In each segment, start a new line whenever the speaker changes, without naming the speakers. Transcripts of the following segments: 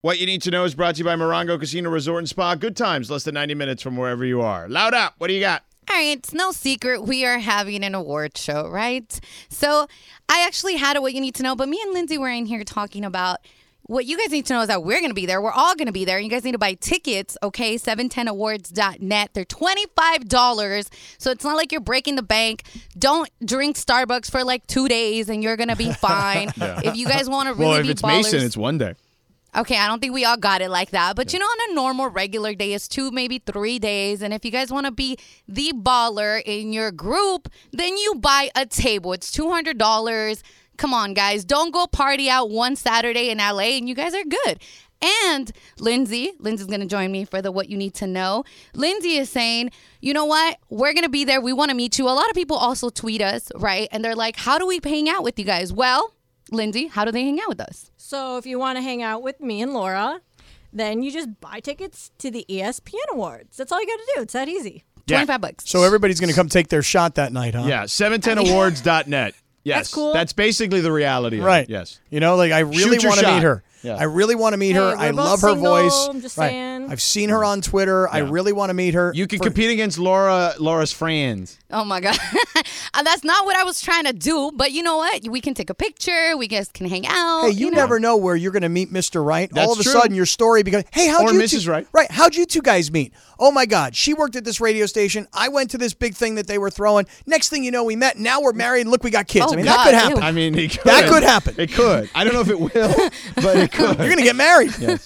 What you need to know is brought to you by Morongo Casino Resort and Spa. Good times, less than 90 minutes from wherever you are. Loud up. What do you got?
All right, it's no secret we are having an award show, right? So I actually had a what you need to know, but me and Lindsay were in here talking about what you guys need to know is that we're going to be there. We're all going to be there. You guys need to buy tickets, okay? 710awards.net. They're $25. So it's not like you're breaking the bank. Don't drink Starbucks for like two days and you're going to be fine. If you guys want to really
well, if
be
it's
ballers,
Mason, it's one day.
Okay, I don't think we all got it like that. But you know, on a normal, regular day, it's two, maybe three days. And if you guys want to be the baller in your group, then you buy a table. It's $200. Come on, guys. Don't go party out one Saturday in LA, and you guys are good. And Lindsay, Lindsay's going to join me for the what you need to know. Lindsay is saying, you know what? We're going to be there. We want to meet you. A lot of people also tweet us, right? And they're like, how do we hang out with you guys? Well, Lindsay, how do they hang out with us?
So if you want to hang out with me and Laura, then you just buy tickets to the E ESPN Awards. That's all you got to do. It's that easy.
25 bucks.
So everybody's going to come take their shot that night, huh?
Yeah, 710awards.net. Yes.
That's cool.
That's basically the reality of it.
Right.
Yes.
You know, like I really
Shoot your
want to
shot.
meet her.
Yeah.
I really want to meet her.
Hey,
I
we're both
love her
single,
voice.
I'm just
Right.
saying.
I've seen her on Twitter. I really want to meet her.
You can
For-
compete against Laura, Laura's friends.
oh my God. Uh, That's not what I was trying to do, but you know what? We can take a picture. We guys can hang out.
Hey, you,
know?
never know where you're going to meet Mr. Right.
That's
All of a
true.
sudden, your story becomes, hey, how'd
Or
you
Mrs.
two,
Wright.
Right. How'd you two guys meet? Oh my God, she worked at this radio station. I went to this big thing that they were throwing. Next thing you know, we met. Now we're married. and Look, we got kids.
Oh
I mean,
God,
that could happen.
ew.
I mean, it could.
That could happen.
It could. I don't know if it will, but it could.
You're going to get married.
Well,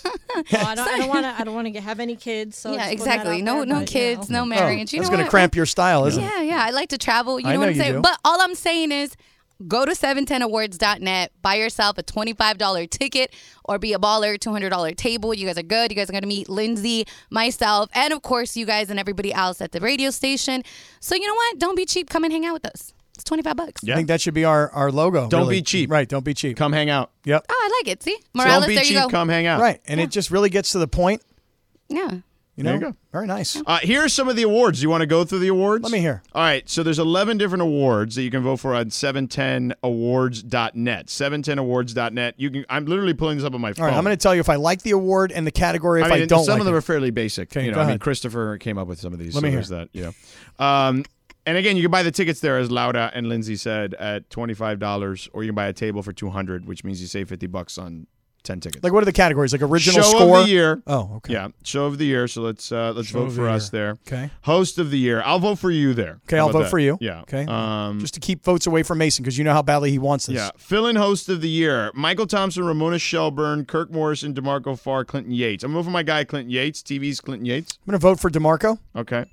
I don't- I don't want to. I don't want to have any kids. So
Yeah,
just putting that
exactly.
out
No,
there,
no
but, you
kids,
know.
Oh,
no marriage. you
Oh, That's
know
going to
what?
cramp your style, isn't it?
Yeah, yeah. I like to travel. You
I
know,
know
what I'm
you
saying?
do.
But all I'm saying is go to 710awards.net, buy yourself a $25 ticket or be a baller, $200 table. You guys are good. You guys are going to meet Lindsay, myself, and of course, you guys and everybody else at the radio station. So you know what? Don't be cheap. Come and hang out with us. It's 25 bucks.
Yeah.
I think that should be our, our logo.
Don't
really.
be cheap.
Right. Don't be cheap.
Come hang out.
Yep.
Oh, I like it. See? Morales,
don't be
there
cheap.
you go.
Come hang out.
Right. And it just really gets to the point.
Yeah.
You know,
There you go.
very nice.
Uh, here are some of the awards. Do you want to go through the awards?
Let me hear.
All right. So there's 11 different awards that you can vote for on 710awards.net. 710awards.net. You can. I'm literally pulling this up on my phone.
All right, I'm going to tell you if I like the award and the category. If I,
I mean,
don't
some
like
of them
it.
are fairly basic.
Okay,
you know,
go
I mean,
ahead.
Christopher came up with some of these.
Let
so
me
there's that. Yeah. Um, and again, you can buy the tickets there, as Lauda and Lindsay said, at twenty five dollars, or you can buy a table for two hundred, which means you save fifty bucks on ten tickets.
Like, what are the categories? Like original
show
score.
of the year.
Oh, okay.
Yeah, show of the year. So let's uh, let's
Show
vote
of
for
the
us there.
Okay.
Host of the year. I'll vote for you there.
Okay,
How
I'll
about
vote
that?
for you.
Yeah.
Okay.
Um,
Just to keep votes away from Mason because you know how badly he wants this.
yeah. Fill in host of the year. Michael Thompson, Ramona Shelburne, Kirk Morrison, DeMarco Farr, Clinton Yates. I'm voting for my guy, Clinton Yates. TV's Clinton Yates.
I'm going to vote for DeMarco.
Okay.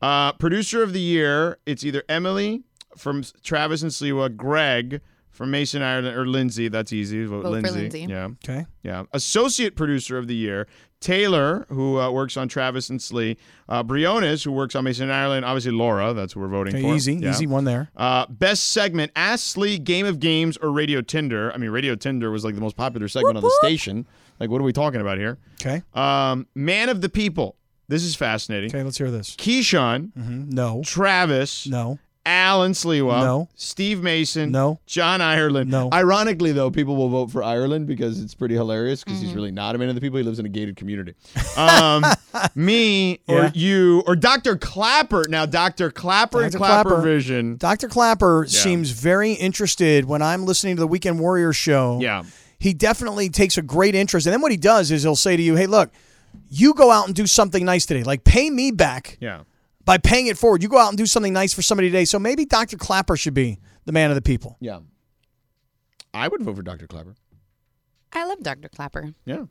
Uh, producer of the year, it's either Emily from Travis and Sliwa, Greg from Mason Ireland, or Lindsay. That's easy. Vote,
Vote for
Lindsay.
Lindsay.
Yeah.
Okay.
Yeah. Associate producer of the year, Taylor, who uh, works on Travis and Slee. Uh, Briones, who works on Mason Ireland. Obviously, Laura. That's who we're voting
Okay,
for.
easy,
Yeah.
easy one there.
Uh, best segment: Ask Slee, Game of Games, or Radio Tinder. I mean, Radio Tinder was like the most popular segment on the station. Like, what are we talking about here?
Okay.
Um, Man of the People. This is fascinating.
Okay, let's hear this.
Keyshawn,
hmm No.
Travis,
No.
Alan Sliwa,
No.
Steve Mason,
No.
John Ireland.
No.
Ironically, though, people will vote for Ireland because it's pretty hilarious because
Mm-hmm.
he's really not a man of the people. He lives in a gated community. Um, me or
Yeah.
you or Dr. Clapper. Now, Dr. Clapper and
Dr.
Clapper,
Clapper.
Vision.
Dr. Clapper seems very interested when I'm listening to the Weekend Warrior show.
Yeah.
He definitely takes a great interest. And then what he does is he'll say to you, hey, look, you go out and do something nice today. Like, pay me back
Yeah.
by paying it forward. You go out and do something nice for somebody today. So maybe Dr. Clapper should be the man of the people.
Yeah. I would vote for Dr. Clapper.
I love Dr. Clapper. Mm-hmm.
Yeah.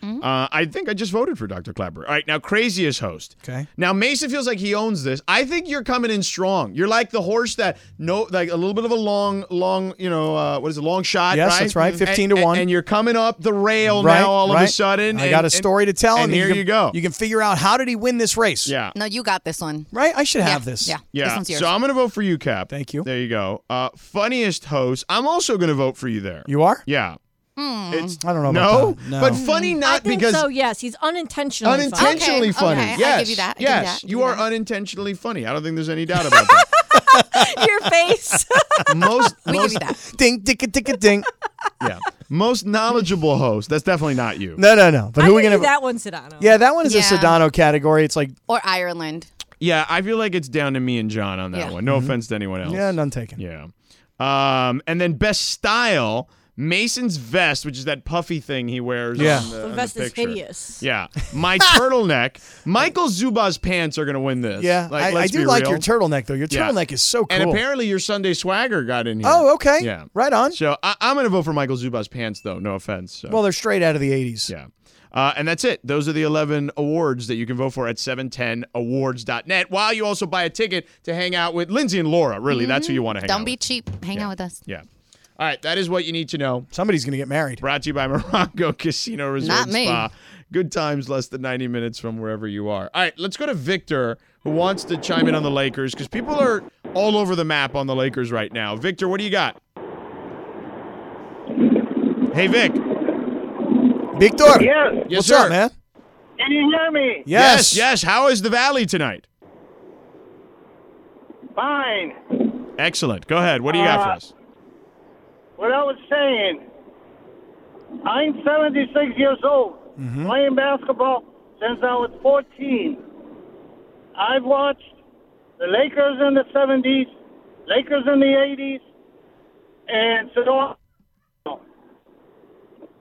Uh, I think I just voted for Dr. Clapper. All right, now craziest host.
Okay.
Now Mason feels like he owns this. I think you're coming in strong. You're like the horse that no, like a little bit of a long, long, you know, uh, what is it, long shot?
Yes,
right?
that's right,
Mhm.
15
And-
to 1.
And, and you're coming up the rail
right,
now. All
right.
of a sudden,
I
and-
got a
and-
story to tell,
And,
and
here
can-
you go.
You can figure out how did he win this race?
yeah,
No, you got this one.
right. I should have
yeah.
this.
Yeah. This
yeah.
one's yours.
So I'm gonna vote for you, Cap.
Thank you.
There you go. Uh, funniest host. I'm also gonna vote for you there.
You are.
yeah.
Hmm.
It's
I don't know.
no,
about that. no.
but funny
Mm,
I
not
think
because
so. Yes, he's unintentionally. funny.
unintentionally
Okay,
funny.
okay, I give
yes,
you that, I give you
yes,
that, I give
you
you
are
that.
unintentionally funny. I don't think there's any doubt about that.
Your face.
most,
We give
most
you that.
ding, dicka, dicka, ding.
yeah. Most knowledgeable host. That's definitely not you.
No, no, no. But who
I
are we
can
gonna?
do that one, Sedano.
Yeah, that one is
Yeah.
a Sedano category. It's like
or Ireland.
Yeah, I feel like it's down to me and John on that
Yeah.
one. No offense to anyone else.
Mm-hmm. yeah, none taken.
Yeah. Um, and then best style, Mason's vest, which is that puffy thing he wears.
Yeah.
on the, on
The vest is
picture.
hideous.
Yeah, my turtleneck. Michael Zuba's pants are gonna win this.
Yeah,
Like,
I, I
let's
do
be
like
real.
your turtleneck though. Your
Yeah.
turtleneck is so cool.
And apparently, your Sunday swagger got in here.
oh, okay.
Yeah.
right on.
So I- I'm gonna vote for Michael Zuba's pants, though. No offense. So.
Well, they're straight out of the '80s.
Yeah. Uh, and that's it. Those are the 11 awards that you can vote for at 710awards.net while you also buy a ticket to hang out with Lindsay and Laura. Really, that's who you want to hang
Don't
out
be
with.
cheap. Hang out with us.
Yeah. All right. That is what you need to know.
Somebody's gonna get married.
Brought to you by Morongo Casino Resort
Not
and
me.
Spa. Good times, less than 90 minutes from wherever you are. All right. Let's go to Victor, who wants to chime in on the Lakers because people are all over the map on the Lakers right now. Victor, what do you got? Hey, Vic.
Victor.
Yes.
Yes,
What's
sir.
up, man?
Can you hear me?
Yes.
Yes.
yes. How is the Valley tonight?
Fine.
Excellent. Go ahead. What do you got for
Uh,
us?
What I was saying, I'm 76 years old, playing basketball since I was 14. I've watched the Lakers in the 70s, Lakers in the 80s, and so on.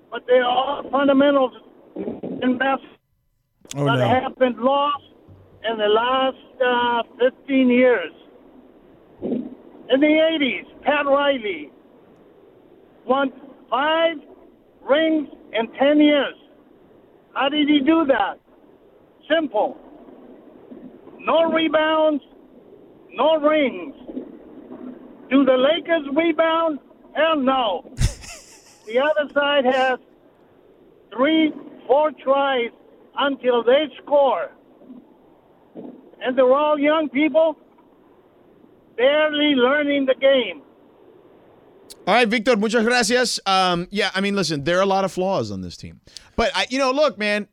But they are fundamentals in basketball.
Oh
that
no.
have been lost in the last uh, 15 years. In the 80s, Pat Riley won five rings in 10 years. How did he do that? Simple. No rebounds, no rings. Do the Lakers rebound? Hell no. the other side has three, four tries until they score. And they're all young people, barely learning the game.
All right, Victor, muchas gracias. Um, yeah, I mean, listen, there are a lot of flaws on this team. But, I, you know, look, man,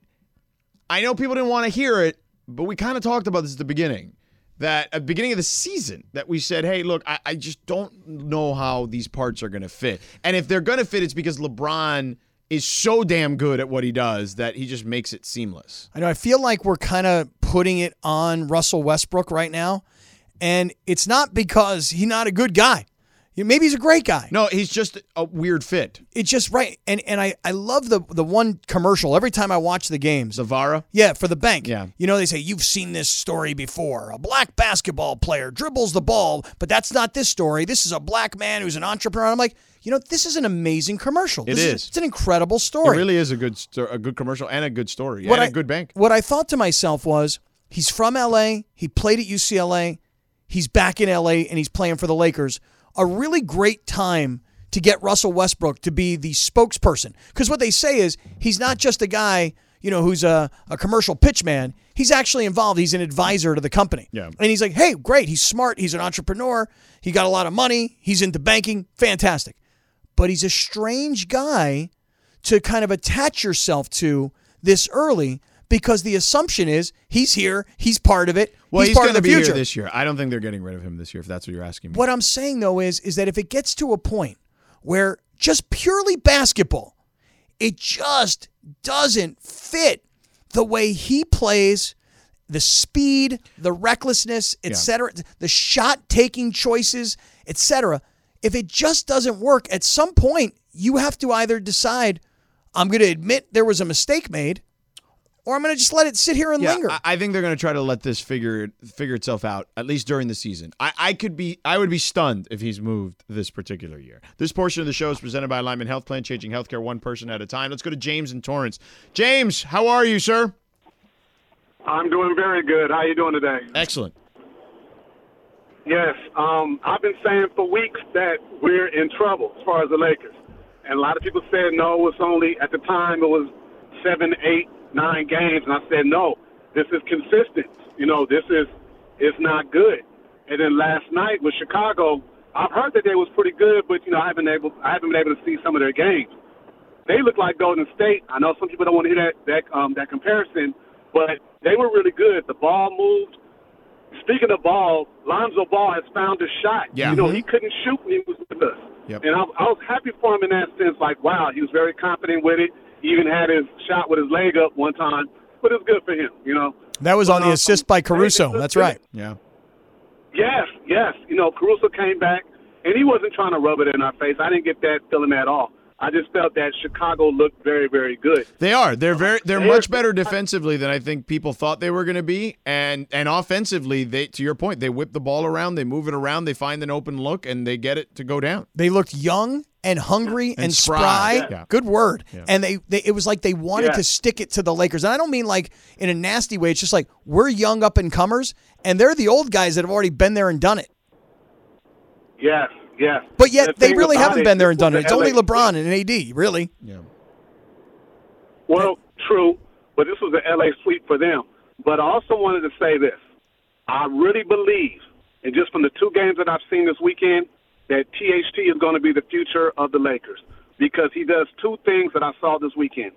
I know people didn't want to hear it, but we kind of talked about this at the beginning. That at the beginning of the season, that we said, hey, look, I, I just don't know how these parts are going to fit. And if they're going to fit, it's because LeBron is so damn good at what he does that he just makes it seamless.
I know. I feel like we're kind of putting it on Russell Westbrook right now, and it's not because he's not a good guy. Yeah, Maybe he's a great guy.
No, he's just a weird fit.
It's just right. And and I I love the the one commercial every time I watch the games.
Zavara.
Yeah, for the bank.
Yeah.
You know, they say, you've seen this story before. A black basketball player dribbles the ball, but that's not this story. This is a black man who's an entrepreneur. I'm like, you know, this is an amazing commercial.
It
This
is.
It's an incredible story.
It really is a good sto- a good commercial and a good story and
I-
a good bank.
What I thought to myself was, he's from LA. He played at UCLA. He's back in LA and he's playing for the Lakers. A really great time to get Russell Westbrook to be the spokesperson. Because what they say is he's not just a guy, you know, who's a, a commercial pitch man. He's actually involved. He's an advisor to the company.
Yeah.
And he's like, hey, great. He's smart. He's an entrepreneur. He got a lot of money. He's into banking. Fantastic. But he's a strange guy to kind of attach yourself to this early because the assumption is he's here, he's part of it,
Well, he's,
part
going to
of the
be
future.
here this year. I don't think they're getting rid of him this year. If that's what you're asking me.
what I'm saying though is is that if it gets to a point where just purely basketball, it just doesn't fit the way he plays, the speed, the recklessness, etc., the shot taking choices, etc. If it just doesn't work, at some point you have to either decide I'm going to admit there was a mistake made, or I'm going to just let it sit here and
Yeah,
linger.
I, I think they're going to try to let this figure figure itself out at least during the season. I, I could be I would be stunned if he's moved this particular year. This portion of the show is presented by Lyman Health Plan, changing healthcare one person at a time. Let's go to James in Torrance. James, how are you, sir?
I'm doing very good. How you doing today?
Excellent.
Yes, um, I've been saying for weeks that we're in trouble as far as the Lakers, and a lot of people said no. It's only at the time it was seven, eight, nine games, and I said no. This is consistent. You know, this is is not good. And then last night with Chicago, I've heard that they was pretty good, but you know, I haven't able I haven't been able to see some of their games. they look like Golden State. I know some people don't want to hear that that um, that comparison, but they were really good. The ball moved. Speaking of ball, Lonzo Ball has found his shot.
Yeah.
You know,
Mhm.
he couldn't shoot when he was with us.
Yep.
And I, I was happy for him in that sense. Like, wow, he was very confident with it. He even had his shot with his leg up one time, but it was good for him, you know.
That was
But,
on the
um,
assist by
I think
Caruso.
this is
That's
good.
right.
Yeah.
Yes, yes. You know, Caruso came back, and he wasn't trying to rub it in our face. I didn't get that feeling at all. I just felt that Chicago looked very, very good.
They are. They're very. They're
They're-
much better defensively than I think people thought they were going to be, and and offensively, they to your point, they whip the ball around, they move it around, they find an open look, and they get it to go down.
They looked young and hungry and,
spry.
spry.
Yeah.
Good word.
Yeah.
And they, they it was like they wanted
Yeah.
to stick it to the Lakers. And I don't mean like in a nasty way. It's just like we're young up and comers and they're the old guys that have already been there and done it.
Yes, yes.
But yet
The
they
thing
really
about
haven't been there and done it. It's
was
only
the LA
LeBron and AD, really.
Yeah.
Well, true, but this was the LA sweep for them. But I also wanted to say this. I really believe, and just from the two games that I've seen this weekend, that THT is going to be the future of the Lakers because he does two things that I saw this weekend.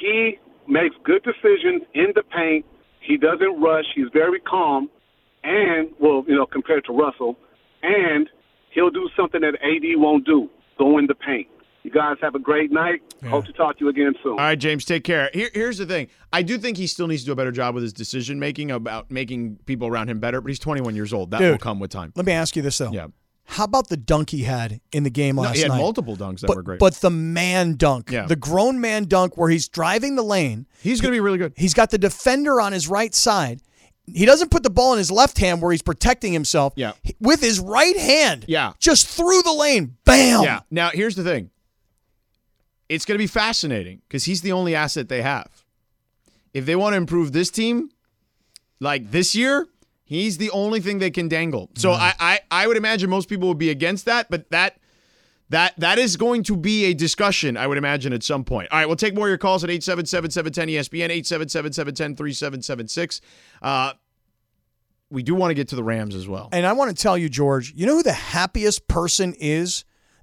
He makes good decisions in the paint. He doesn't rush. He's very calm, and well, you know, compared to Russell, and he'll do something that AD won't do: go in the paint. You guys have a great night. Hope to talk to you again soon.
All right, James, take care. Here, here's the thing. I do think he still needs to do a better job with his decision making about making people around him better, but he's 21 years old. That will
Dude.
come with time.
Let me ask you this though.
Yeah.
How about the dunk he had in the game last
he had
night?
multiple dunks that
but,
were great.
but the man dunk,
Yeah.
the grown man dunk where he's driving the lane
he's going to be really good.
He's got the defender on his right side. He doesn't put the ball in his left hand where he's protecting himself.
Yeah.
He- With his right hand.
Yeah.
Just through the lane. Bam.
Yeah. Now, here's the thing. It's going to be fascinating because he's the only asset they have. If they want to improve this team, like this year, he's the only thing they can dangle. So I, I, I would imagine most people would be against that, but that. That that is going to be a discussion, I would imagine, at some point. All right, we'll take more of your calls at 877-710-ESPN, 877-710-3776. Uh, we do want to get to the Rams as well.
And I want to tell you, George, you know who the happiest person is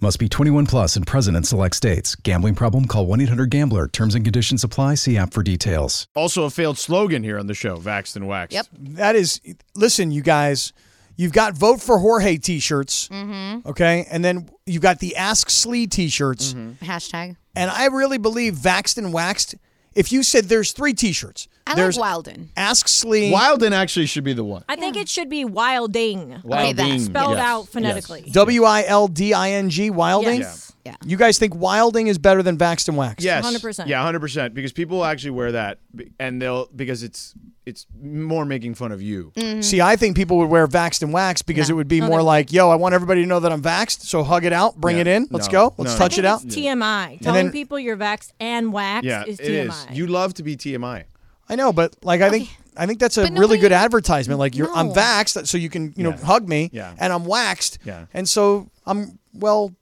Must be 21 plus and present in select states. Gambling problem? Call 1 800 Gambler. Terms and conditions apply. See app for details.
Also a failed slogan here on the show, Vaxed and Waxed.
Yep.
That is, listen, you guys, you've got vote for Jorge t shirts. Mm-hmm. Okay. And then you've got the Ask Slee t shirts.
Mm-hmm. Hashtag.
And I really believe Vaxed and Waxed, if you said there's three t shirts,
I
there's
like Wilden.
Ask Slee.
Wilden actually should be the one.
I think it should be wilding,
Okay, that's
spelled
Yes.
out phonetically.
W I L D I N G, wilding.
Yes.
Yeah.
You guys think wilding is better than vaxxed and waxed?
Yes,
100%.
Yeah, hundred percent. Because people actually wear that, be- and they'll because it's it's more making fun of you.
See, I think people would wear vaxxed and waxed because it would be more like, yo, I want everybody to know that I'm vaxxed, so hug it out, bring
Yeah.
it in, let's
No.
go, let's
No, no.
touch it out.
It's TMI. Telling
then-
people you're vaxxed and waxed
Yeah,
is
it is.
TMI.
You love to be TMI.
I know, but like, I think. I think that's a
But
really
nobody-
good advertisement. Like you're, I'm
No.
vaxxed, so you can, you know,
Yeah.
hug me,
Yeah.
and I'm waxed,
Yeah.
and so I'm well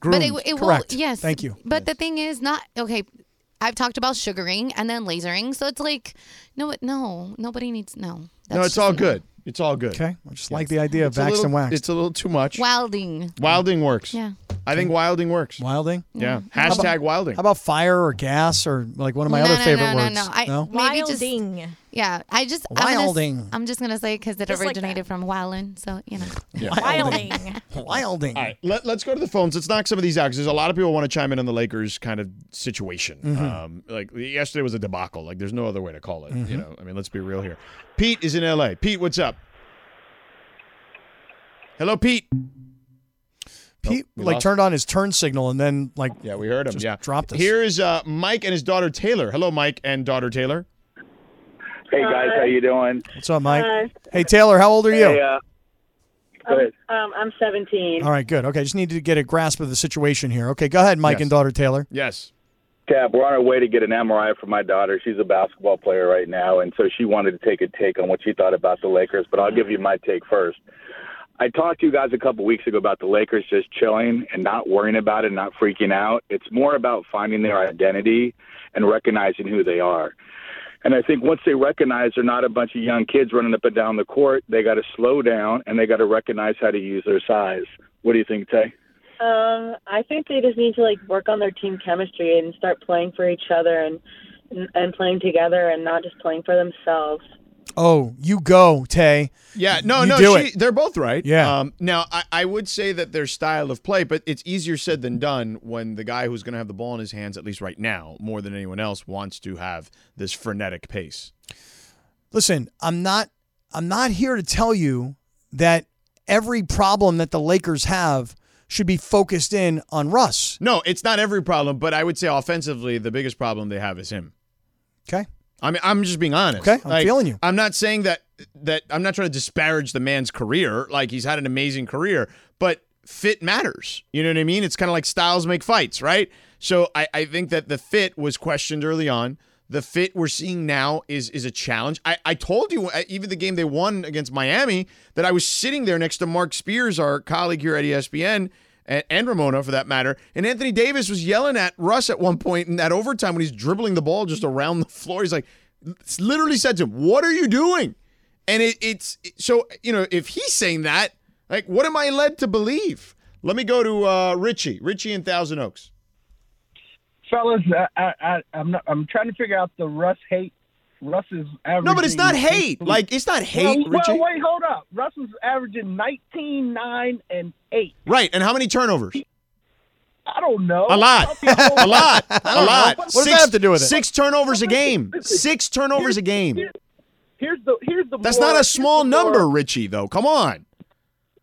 groomed.
But it, it
Correct.
will. Yes.
Thank you.
But the thing is, not okay. I've talked about sugaring and then lasering, so it's like, no, it- no, nobody needs no. That's
no, it's
just
all
no.
good. It's all good.
Okay, I just like the idea of
It's a
vaxxed
little-
and waxed.
It's a little too much.
Wilding.
Wilding works.
Yeah.
I think wilding works.
Wilding.
Yeah. Hashtag wilding.
How about fire or gas or like one of my
no,
other
no,
favorite
no,
words?
No, no, I, Maybe just
wilding.
yeah. I just I'm gonna-
Wilding.
I'm just gonna say because it
Just like
originated
that.
from Wildin, so you know.
wilding.
Wilding.
All right, let, us go to the phones. Let's knock some of these out because there's a lot of people want to chime in on the Lakers kind of situation. Um, like yesterday was a debacle. Like there's no other way to call it. You know, I mean, let's be real here. Pete is in L.A. Pete, what's up? Hello, Pete.
Pete
we
like
lost-
turned on his turn signal and then like
Yeah, we heard him.
Just
yeah,
dropped us.
Here is uh, Mike and his daughter Taylor. Hello, Mike and daughter Taylor.
Hey guys, how you doing?
what's up, Mike?
Hi.
Hey Taylor, how old are you?
Hey, uh, go ahead.
Um, Uh, I'm 17.
All right, good. Okay, just needed to get a grasp of the situation here. Okay, go ahead, Mike
Yes.
and daughter Taylor.
Yes.
recap, we're on our way to get an MRI for my daughter. She's a basketball player right now, and so she wanted to take a take on what she thought about the Lakers, but I'll give you my take first. I talked to you guys a couple weeks ago about the Lakers just chilling and not worrying about it, not freaking out. It's more about finding their identity and recognizing who they are. And I think once they recognize they're not a bunch of young kids running up and down the court, they got to slow down and they got to recognize how to use their size. What do you think, Tay?
Um, I think they just need to like work on their team chemistry and start playing for each other and and, and playing together and not just playing for themselves.
Oh, you go, Tay.
Yeah, no,
You
no,
do
she,
it.
they're both right.
Yeah.
Um, now, I, I would say that their style of play, but it's easier said than done when the guy who's going to have the ball in his hands, at least right now, more than anyone else, wants to have this frenetic pace.
Listen, I'm not I'm not here to tell you that every problem that the Lakers have should be focused in on Russ.
No, it's not every problem, but I would say offensively, the biggest problem they have is him.
Okay?
I mean, I'm just being honest.
Okay, I'm feeling you.
I'm not saying that that I'm not trying to disparage the man's career. Like he's had an amazing career, but fit matters. You know what I mean? It's kind of like styles make fights, right? So I, I think that the fit was questioned early on. The fit we're seeing now is is a challenge. I, I told you uh, even the game they won against Miami that I was sitting there next to Mark Spears, our colleague here at E ESPN, and, and Ramona for that matter. And Anthony Davis was yelling at Russ at one point in that overtime when he's dribbling the ball just around the floor. He's like, literally said to him, "What are you doing?" And it, it's so you know if he's saying that, like, what am I led to believe? Let me go to uh, Richie, Richie in Thousand Oaks.
fellas, I, I, I, I'm not, I'm trying to figure out the Russ hate. Russ is averaging.
No, but it's not hate. Like, it's not hate,
Well, well,
Richie.
wait, hold up. Russ is averaging 19, 9, and eight.
Right, and how many turnovers?
I don't
Oh,
know.
A lot, a lot, a lot.
What
does that have to do with it?
Six turnovers a game. Six turnovers a game.
Here's the here's the.
That's
more-
not a
here's
small
the
number,
more-
Richie. Though, come on.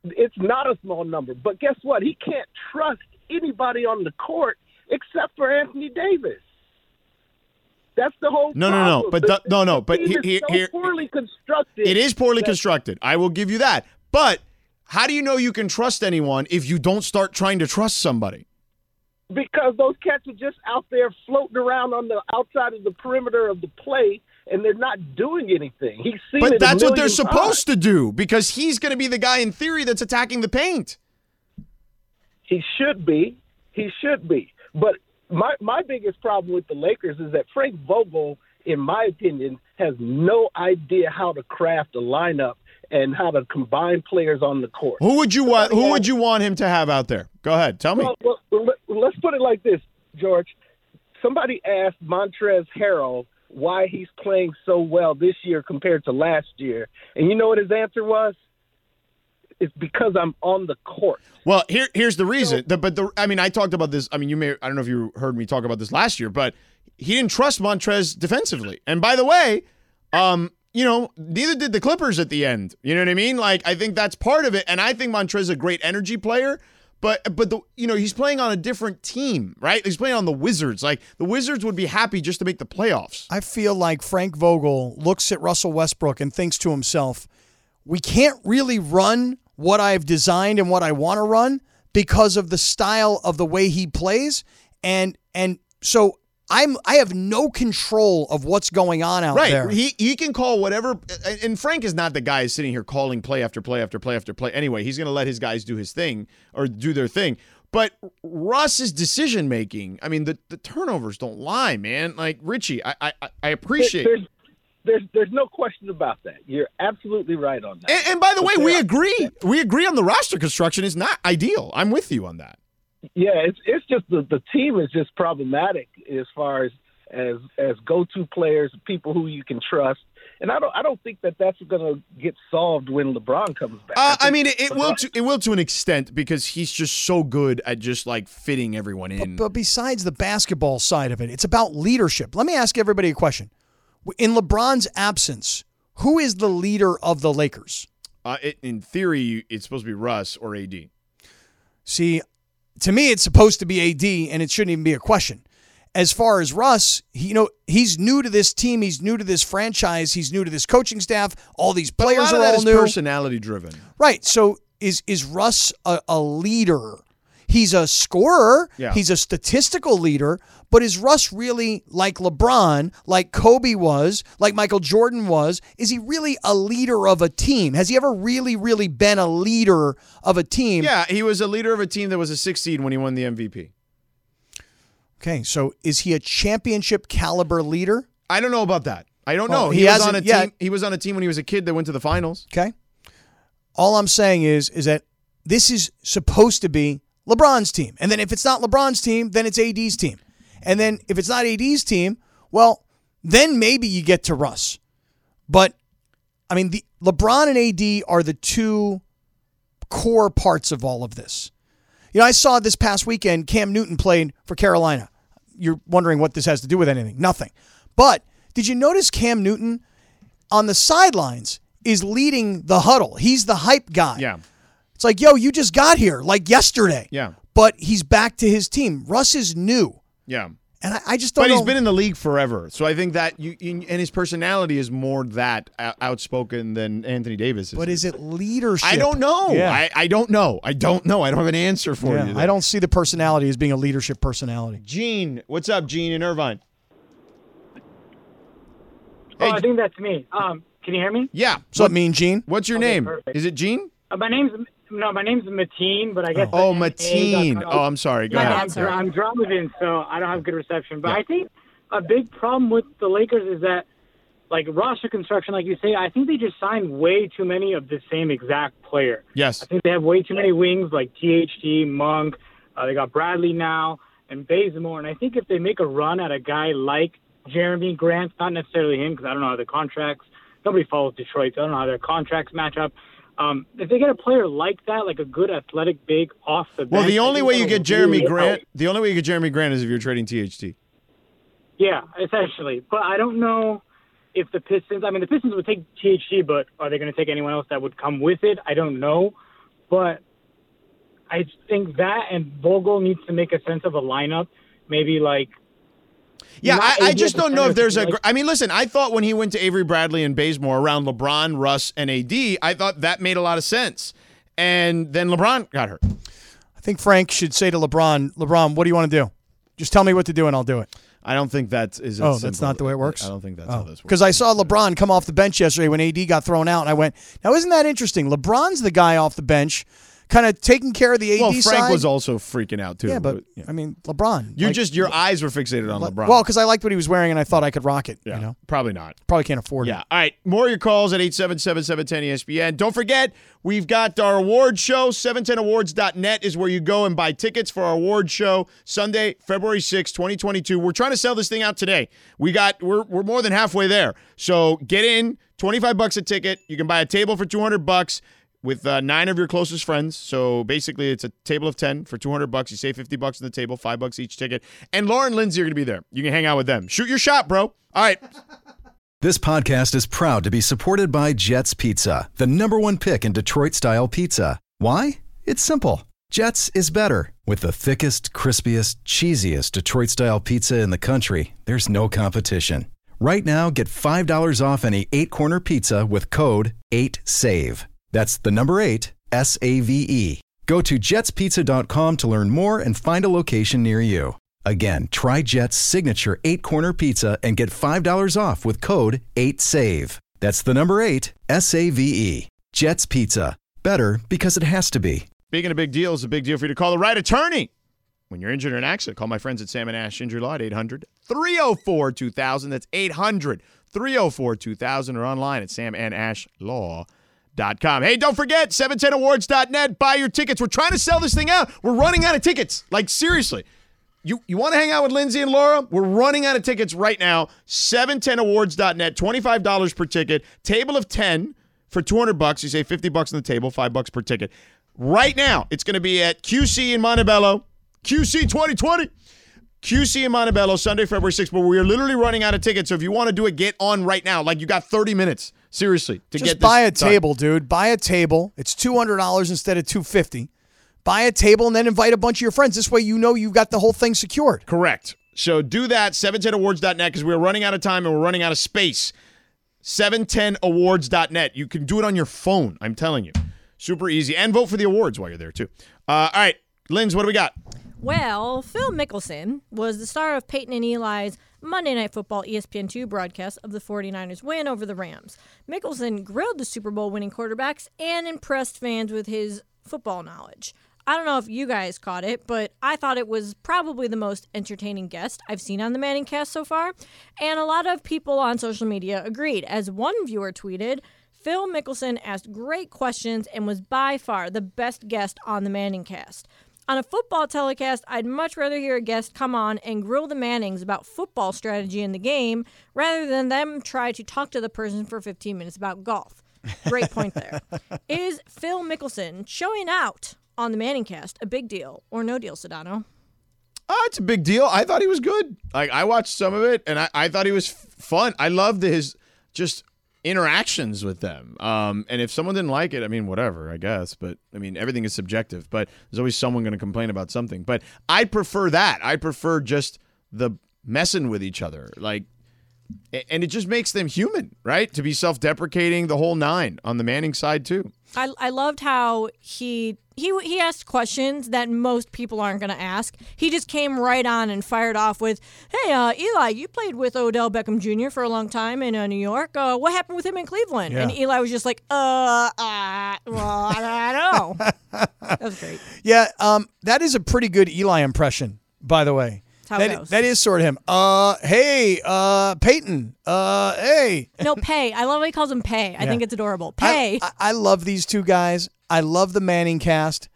It's not a small number, but guess what? He can't trust anybody on the court except for Anthony Davis. That's the whole.
No, no, no,
problem.
but
The-
the- no, no,
the
but
team
he-
is
he-
so
here-
poorly constructed.
It is poorly
that-
constructed. I will give you that. But how do you know you can trust anyone if you don't start trying to trust somebody?
because those cats are just out there floating around on the outside of the perimeter of the play, and they're not doing anything. He's seen it.
But
a
that's what they're
million
supposed to
times.
do because he's going to be the guy in theory that's attacking the paint.
He should be. He should be. But my my biggest problem with the Lakers is that Frank Vogel, in my opinion, has no idea how to craft a lineup and how to combine players on the court.
Who would you want? Who would you want him to have out there? Go ahead, tell me.
Well, well, let- let's put it like this, George. Somebody asked Montrez Harrell why he's playing so well this year compared to last year, and you know what his answer was? It's because I'm on the court.
Well, here here's the reason. The- but the I mean, I talked about this. I mean, you may I don't know if you heard me talk about this last year, but he didn't trust Montrez defensively. And by the way, um, you know, neither did the Clippers at the end. You know what I mean? Like I think that's part of it. And I think Montrez is a great energy player. But but the you know he's playing on a different team, right? He's playing on the Wizards. Like the Wizards would be happy just to make the playoffs.
I feel like Frank Vogel looks at Russell Westbrook and thinks to himself, we can't really run what I've designed and what I want to run because of the style of the way he plays and and so I'm I have no control of what's going on out
right.
there.
He he can call whatever. and- And Frank is not the guy who's sitting here calling play after play after play after play. Anyway, he's going to let his guys do his thing or do their thing. But Russ's decision making, I mean, the, the turnovers don't lie, man. Like Richie, I I, I- I appreciate.
There's, there's there's no question about that. You're absolutely right on that.
and, and by the way,
But
we
there-
agree. We agree on the roster construction is not ideal. I'm with you on that.
Yeah, it's it's just the the team is just problematic as far as as as go to players, people who you can trust, and I don't I don't think that that's going to get solved when LeBron comes back.
Uh,
think
I mean, it, it will
LeBron-
to, it will to an extent because he's just so good at just like fitting everyone in.
But besides the basketball side of it, it's about leadership. Let me ask everybody a question. In LeBron's absence, who is the leader of the Lakers?
Uh, it, in theory, it's supposed to be Russ or AD.
See, to me, it's supposed to be AD, and it shouldn't even be a question. As far as Russ, he, you know, he's new to this team. He's new to this franchise. He's new to this coaching staff. All these
a
players
lot of
are
that
all
is
new.
personality driven.
Right. So is is Russ a, a leader? He's a scorer.
Yeah.
He's a statistical leader, But is Russ really like LeBron, like Kobe was, like Michael Jordan was? Is he really a leader of a team? Has he ever really, really been a leader of a team?
Yeah, he was a leader of a team that was a six seed when he won the MVP.
Okay, so is he a championship caliber leader?
I don't know about that. I don't
Well,
know. Oh,
he
He, was
hasn't
on a team.
yet.
He was on a team when he was a kid that went to the finals.
Okay. All I'm saying is is that this is supposed to be LeBron's team. And then if it's not LeBron's team, then it's AD's team. And then if it's not AD's team, well, then maybe you get to Russ. But I mean, the LeBron and AD are the two core parts of all of this. You know, I saw this past weekend Cam Newton played for Carolina. You're wondering what this has to do with anything. Nothing. But did you notice Cam Newton on the sidelines is leading the huddle? He's the hype guy.
Yeah.
It's like, yo, you just got here like yesterday.
Yeah.
But he's back to his team. Russ is new.
Yeah.
And I, I just don't
But
know.
he's been in the league forever, so I think that you, you and his personality is more that o- outspoken than Anthony Davis is.
but is it leadership?
I don't know.
Yeah.
I, I don't know. I don't know. I don't have an answer for
Yeah,
you.
I don't see the personality as being a leadership personality.
Gene, what's up, Gene in Irvine?
Oh, I think that's me. Um, can you hear me?
Yeah.
What's up, Mean Gene?
What's your
Okay,
name?
perfect.
Is it Gene?
Uh, my name's no, my name's Mateen, but I guess.
Oh,
the NA
Mateen.
dot com-
Oh, I'm sorry. Go
My
ahead.
dad's- I'm driving, so I don't have good reception. But
Yeah.
I think a big problem with the Lakers is that, like roster construction, like you say, I think they just signed way too many of the same exact player.
Yes.
I think they have way too many wings, like THT, Monk. Uh, they got Bradley now and Bazemore. And I think if they make a run at a guy like Jeremy Grant, not necessarily him, because I don't know how the contracts. Nobody follows Detroit, so I don't know how their contracts match up. Um, if they get a player like that, like a good athletic big off the bench,
Well, the
I
only
think
way you
that'll
get Jeremy
really
Grant, the only way you get Jeremy Grant is if you're trading THT.
Yeah, essentially. But I don't know if the Pistons. I mean, the Pistons would take THC, but are they going to take anyone else that would come with it? I don't know. But I think that and Vogel needs to make a sense of a lineup. Maybe like
Yeah,
Not
I, I
ideal
just don't know if there's a.
defender,
gr- I mean, listen, I thought when he went to Avery Bradley and Bazemore around LeBron, Russ, and AD, I thought that made a lot of sense. And then LeBron got hurt.
I think Frank should say to LeBron, LeBron, what do you want to do? Just tell me what to do and I'll do it.
I don't think that is. as
oh, that's
simple.
not the way it works.
I don't think that's
oh.
how this works.
Because I saw LeBron come off the bench yesterday when AD got thrown out, and I went, now isn't that interesting? LeBron's the guy off the bench, kind of taking care of the AD
Well, Frank
side.
was also freaking out too.
yeah, but I mean, LeBron.
you
like-
just your eyes were fixated on LeBron.
Well, because I liked what he was wearing, and I thought I could rock it.
yeah,
You know,
probably not.
probably can't afford
Yeah.
it.
All right. More of your calls at 877-710-ESPN. Don't forget, we've got our award show. 710awards.net is where you go and buy tickets for our award show Sunday, February sixth, 2022. We're trying to sell this thing out today. We got we're we're more than halfway there. So get in, 25 bucks a ticket. You can buy a table for 200 bucks with uh, nine of your closest friends. So basically, it's a table of ten for two hundred bucks. You save fifty bucks on the table, five bucks each ticket. And Lauren and Lindsay are going to be there. You can hang out with them. Shoot your shot, bro. All right.
This podcast is proud to be supported by Jets Pizza, the number one pick in Detroit style pizza. Why? It's simple. Jets is better. With the thickest, crispiest, cheesiest Detroit style pizza in the country, there's no competition. Right now, get $5 off any eight corner pizza with code 8SAVE. That's the number eight, S A V E. Go to jetspizza.com to learn more and find a location near you. Again, try Jet's signature eight corner pizza and get $5 off with code 8SAVE. That's the number eight, S A V E. Jet's Pizza. Better because it has to be.
Speaking of big deals, a big deal for you to call the right attorney when you're injured in an accident. Call my friends at Sam and Ash Injury Law at 800 304 2000. That's 800 304 2000 or online at samandashlaw.com. Hey, don't forget 710awards.net. Buy your tickets. We're trying to sell this thing out. We're running out of tickets. Like, seriously. You, you want to hang out with Lindsay and Laura? We're running out of tickets right now. 710awards.net, $25 per ticket, table of 10 for 200 bucks. You save 50 bucks on the table, 5 bucks per ticket. Right now, it's going to be at QC in Montebello. QC 2020. QC in Montebello, Sunday, February 6th, but we are literally running out of tickets. So if you want to do it, get on right now. Like you got 30 minutes, seriously, to
Just
get this
buy a
done.
table, dude. Buy a table. It's two hundred dollars instead of two fifty. Buy a table and then invite a bunch of your friends. This way, you know you've got the whole thing secured.
Correct. So do that, 710awards.net, because we're running out of time and we're running out of space. 710awards.net. You can do it on your phone, I'm telling you. Super easy. And vote for the awards while you're there, too. Uh, all right, Linz, what do we got?
Well, Phil Mickelson was the star of Peyton and Eli's Monday Night Football E ESPN2 broadcast of the 49ers win over the Rams. Mickelson grilled the Super Bowl winning quarterbacks and impressed fans with his football knowledge. I don't know if you guys caught it, but I thought it was probably the most entertaining guest I've seen on the Manning cast so far. And a lot of people on social media agreed. As one viewer tweeted, Phil Mickelson asked great questions and was by far the best guest on the Manning cast. On a football telecast, I'd much rather hear a guest come on and grill the Mannings about football strategy in the game rather than them try to talk to the person for 15 minutes about golf. Great point there. Is Phil Mickelson showing out on the Manning cast a big deal or no deal, Sedano?
Oh, it's a big deal. I thought he was good. Like I watched some of it, and I, I thought he was f- fun. I loved his just interactions with them. Um, and if someone didn't like it, I mean, whatever, I guess. But I mean, everything is subjective. But there's always someone going to complain about something. But I prefer that. I prefer just the messing with each other, like, a- and it just makes them human, right? To be self-deprecating, the whole nine on the Manning side too.
I, I loved how he he he asked questions that most people aren't going to ask. He just came right on and fired off with, "Hey, uh, Eli, you played with Odell Beckham Jr. for a long time in uh, New York. Uh, what happened with him in Cleveland?" And
Yeah.
Eli was just like, "Uh, uh well, I don't know." that was great.
Yeah, um, that is a pretty good Eli impression, by the way.
how it
That-
goes.
that is sort of him. Uh, hey, uh, Peyton. Uh, hey.
No, pay. I love how he calls him pay. I
Yeah.
think it's adorable.
I-
Pay.
I, I love these two guys. I love the Manning cast.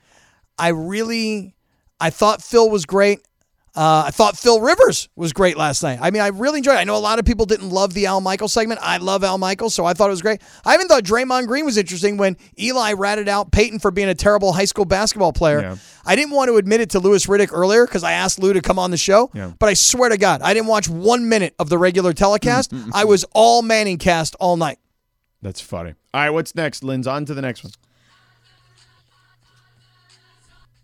I really, I thought Phil was great. Uh, I thought Phil Rivers was great last night. I mean, I really enjoyed it. I know a lot of people didn't love the Al Michaels segment. I love Al Michaels, so I thought it was great. I even thought Draymond Green was interesting when Eli ratted out Peyton for being a terrible high school basketball player. I didn't want to admit it to Lewis Riddick earlier because I asked Lou to come on the show,
Yeah.
but I swear to God, I didn't watch one minute of the regular telecast. I was all Manning cast all night.
That's funny. All right, what's next, Linz? On to the next one.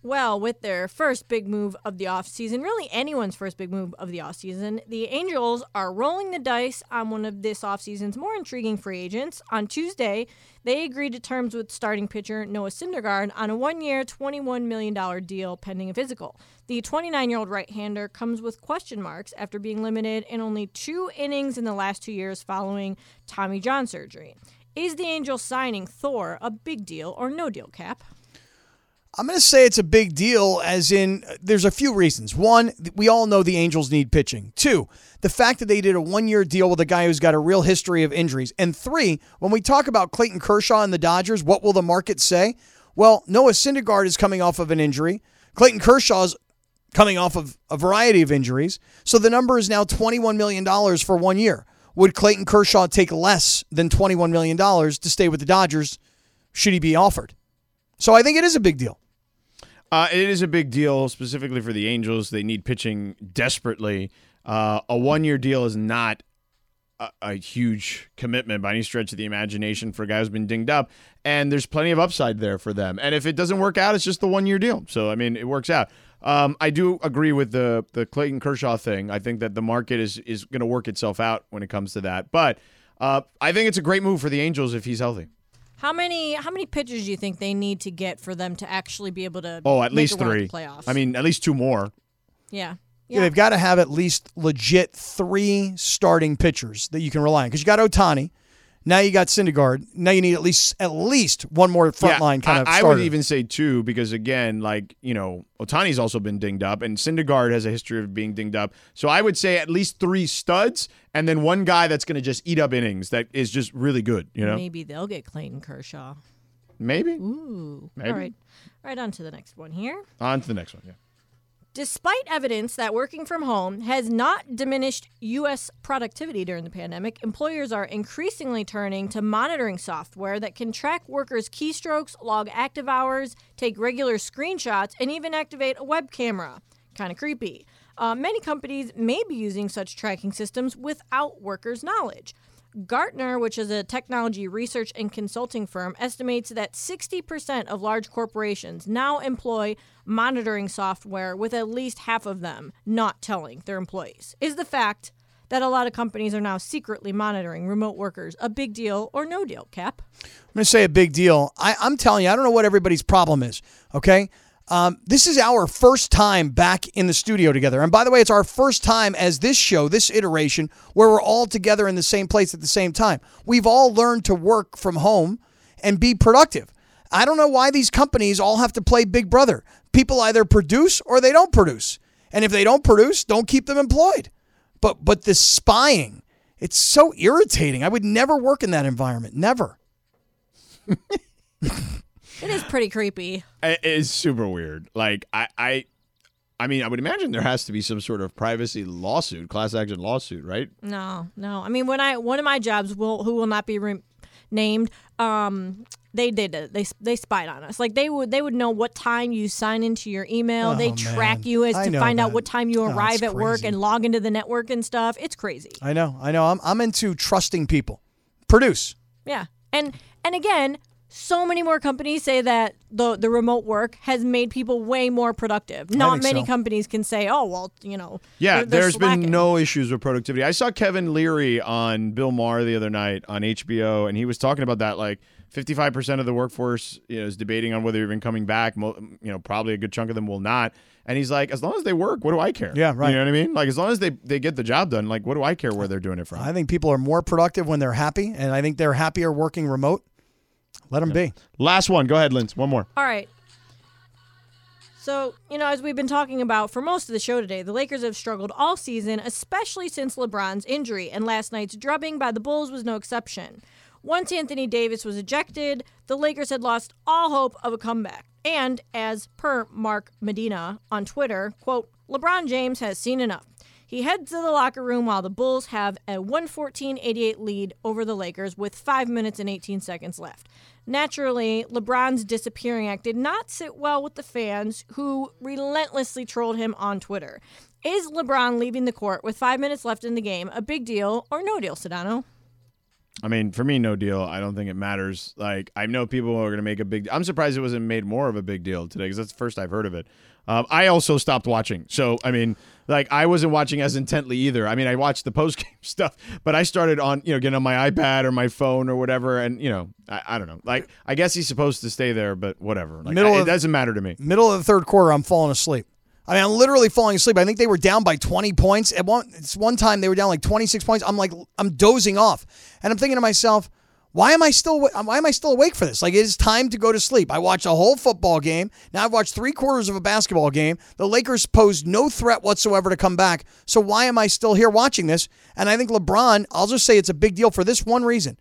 Well, with their first big move of the offseason, really anyone's first big move of the offseason, the Angels are rolling the dice on one of this offseason's more intriguing free agents. On Tuesday, they agreed to terms with starting pitcher Noah Syndergaard on a one year, $21 million deal pending a physical. The 29 year old right hander comes with question marks after being limited in only two innings in the last two years following Tommy John surgery. Is the Angels signing Thor a big deal or no deal, Cap?
I'm going to say it's a big deal, as in, uh, there's a few reasons. One, th- we all know the Angels need pitching. Two, the fact that they did a one year deal with a guy who's got a real history of injuries. And three, when we talk about Clayton Kershaw and the Dodgers, what will the market say? Well, Noah Syndergaard is coming off of an injury. Clayton Kershaw's coming off of a variety of injuries. So the number is now $21 million for one year. Would Clayton Kershaw take less than $21 million to stay with the Dodgers should he be offered? So I think it is a big deal.
Uh, it is a big deal, specifically for the Angels. They need pitching desperately. Uh, a one-year deal is not a, a huge commitment by any stretch of the imagination for a guy who's been dinged up, and there's plenty of upside there for them. And if it doesn't work out, it's just the one-year deal. So I mean, it works out. Um, I do agree with the the Clayton Kershaw thing. I think that the market is is going to work itself out when it comes to that. But uh, I think it's a great move for the Angels if he's healthy.
How many how many pitchers do you think they need to get for them to actually be able to?
Oh, at
make
least
a run at
three.
the playoffs.
I mean, at least two more.
yeah,
Yeah. They've got to have at least legit three starting pitchers that you can rely on because you got Otani, now you got Syndergaard, now you need at least at least one more front line kind
I,
of
I
starter.
would even say two because again, like you know, Otani's also been dinged up, and Syndergaard has a history of being dinged up. So I would say at least three studs, and then one guy that's going to just eat up innings that is just really good. You know,
maybe they'll get Clayton Kershaw.
Maybe.
Ooh,
Maybe.
all right, all right. On to the next one here.
on to the next one. Yeah.
Despite evidence that working from home has not diminished U.S. productivity during the pandemic, employers are increasingly turning to monitoring software that can track workers' keystrokes, log active hours, take regular screenshots, and even activate a web camera. Kind of creepy. Uh, many companies may be using such tracking systems without workers' knowledge. Gartner, which is a technology research and consulting firm, estimates that 60% of large corporations now employ monitoring software, with at least half of them not telling their employees. Is the fact that a lot of companies are now secretly monitoring remote workers a big deal or no deal, Cap?
I'm going to say a big deal. I, I'm telling you, I don't know what everybody's problem is. Okay, Um, this is our first time back in the studio together. And by the way, it's our first time as this show, this iteration, where we're all together in the same place at the same time. We've all learned to work from home and be productive. I don't know why these companies all have to play Big Brother. People either produce or they don't produce. And if they don't produce, don't keep them employed. But but this spying, it's so irritating. I would never work in that environment. Never.
It is pretty creepy.
It is super weird. Like I, I, I mean, I would imagine there has to be some sort of privacy lawsuit, class action lawsuit, right?
No, no. I mean, when I one of my jobs will who will not be re- named, um, they did it. They they spied on us. Like they would they would know what time you sign into your email. they
Oh,
track
man.
you as
I
to
know
find out
that.
what time
Oh,
you
that's
arrive at work
crazy.
and log into the network and stuff. It's crazy.
I know. I know. I'm I'm into trusting people. Produce.
Yeah. And and again, so many more companies say that the the remote work has made people way more productive.
I
Not
think
many
so.
companies can say, "Oh, well, you know,
Yeah,
they're- they're
there's
slacking."
been no issues with productivity. I saw Kevin Leary on Bill Maher the other night on HBO, and he was talking about that. Like, 55% of the workforce you know, is debating on whether you're even coming back. Mo- you know, probably a good chunk of them will not. And he's like, as long as they work, what do I care?
Yeah, right.
You know what I mean? Like, as long as they they get the job done, like, what do I care where they're doing it from?
I think people are more productive when they're happy, and I think they're happier working remote. Let them be.
Last one. Go ahead, Linz. One more.
All right. So, you know, as we've been talking about for most of the show today, the Lakers have struggled all season, especially since LeBron's injury, and last night's drubbing by the Bulls was no exception. Once Anthony Davis was ejected, the Lakers had lost all hope of a comeback. And as per Mark Medina on Twitter, quote, LeBron James has seen enough. He heads to the locker room while the Bulls have a 114-88 lead over the Lakers with 5 minutes and 18 seconds left. Naturally, LeBron's disappearing act did not sit well with the fans who relentlessly trolled him on Twitter. Is LeBron leaving the court with 5 minutes left in the game a big deal or no deal, Sedano?
I mean, for me, no deal. I don't think it matters. Like, I know people are going to make a big. I'm surprised it wasn't made more of a big deal today because that's the first I've heard of it. Um, I also stopped watching, so I mean, like, I wasn't watching as intently either. I mean, I watched the post game stuff, but I started on, you know, getting on my iPad or my phone or whatever, and you know, I, I don't know. Like, I guess he's supposed to stay there, but whatever. Like,
Middle
I- it
of-
doesn't matter to me.
Middle of the third quarter, I'm falling asleep. I mean, I'm literally falling asleep. I think they were down by 20 points. At one, it's one time they were down like 26 points. I'm like, I'm dozing off, and I'm thinking to myself, why am I still, wa- why am I still awake for this? Like, it is time to go to sleep. I watched a whole football game. Now I've watched three quarters of a basketball game. The Lakers posed no threat whatsoever to come back. So why am I still here watching this? And I think LeBron, I'll just say it's a big deal for this one reason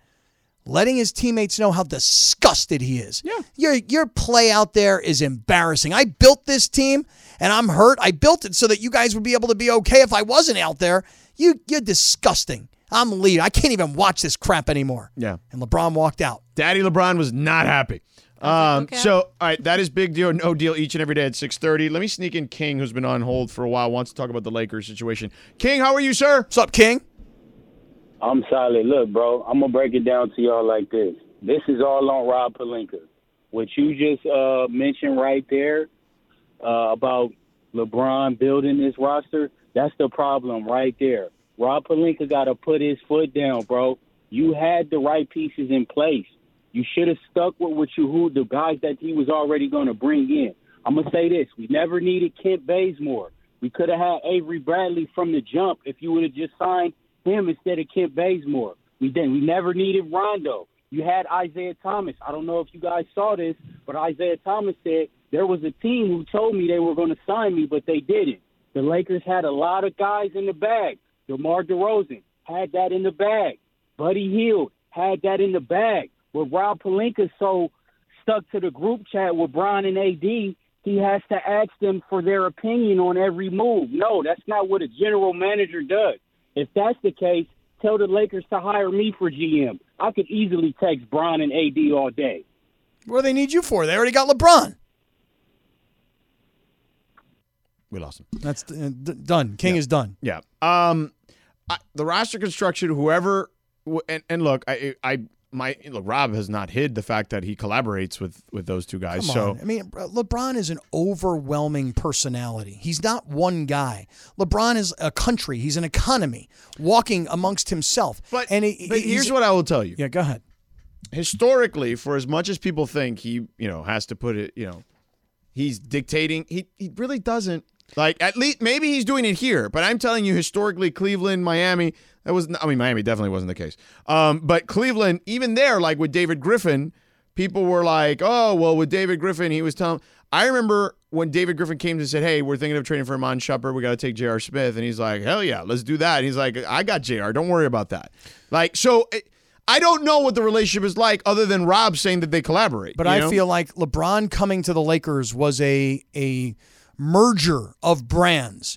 letting his teammates know how disgusted he is. Yeah. Your your play out there is embarrassing. I built this team and I'm hurt. I built it so that you guys would be able to be okay if I wasn't out there. You you're disgusting. I'm leaving. I can't even watch this crap anymore.
Yeah.
And LeBron walked out.
Daddy LeBron was not happy. Um, So, all right, that is big deal, no deal, each and every day at 6.30. Let me sneak in King, who's been on hold for a while, wants to talk about the Lakers situation. King, how are you, sir? What's
up, King?
I'm solid. Look, bro, I'm gonna break it down to y'all like this. This is all on Rob Palinka. What you just uh, mentioned right there uh, about LeBron building this roster, that's the problem right there. Rob Palinka got to put his foot down, bro. You had the right pieces in place. You should have stuck with what you who the guys that he was already going to bring in. I'm gonna say this: we never needed Kent Bazemore. We could have had Avery Bradley from the jump if you would have just signed him instead of Kent Bazemore. We didn't. We never needed Rondo. You had Isaiah Thomas. I don't know if you guys saw this, but Isaiah Thomas said there was a team who told me they were going to sign me, but they didn't. The Lakers had a lot of guys in the bag. DeMar DeRozan had that in the bag. Buddy Hield had that in the bag. But Rob Palinka so stuck to the group chat with Brian and AD, he has to ask them for their opinion on every move. No, that's not what a general manager does. If that's the case, tell the Lakers to hire me for GM. I could easily text Brian and AD all day.
What do they need you for? They already got LeBron.
We lost him.
That's uh, d- done. King is done.
Yeah. Um, I, the roster construction, whoever, wh- and, and look, I, I, my look, Rob has not hid the fact that he collaborates with with those two guys.
Come
so
on. I mean, LeBron is an overwhelming personality. He's not one guy. LeBron is a country. He's an economy walking amongst himself. But, and he,
but
he's-
here's what I will tell you.
Yeah, go ahead.
Historically, for as much as people think he, you know, has to put it, you know, He's dictating. He he really doesn't. Like at least maybe he's doing it here, but I'm telling you, historically, Cleveland, Miami, that was. I mean, Miami definitely wasn't the case. Um, but Cleveland, even there, like with David Griffin, people were like, "Oh, well, with David Griffin, he was telling." I remember when David Griffin came and said, "Hey, we're thinking of trading for Amon Shumpert. We got to take J.R. Smith," and he's like, "Hell yeah, let's do that." And he's like, "I got J.R. Don't worry about that." Like, so it, I don't know what the relationship is like, other than Rob saying that they collaborate.
But
you
I
know?
feel like LeBron coming to the Lakers was a a merger of brands.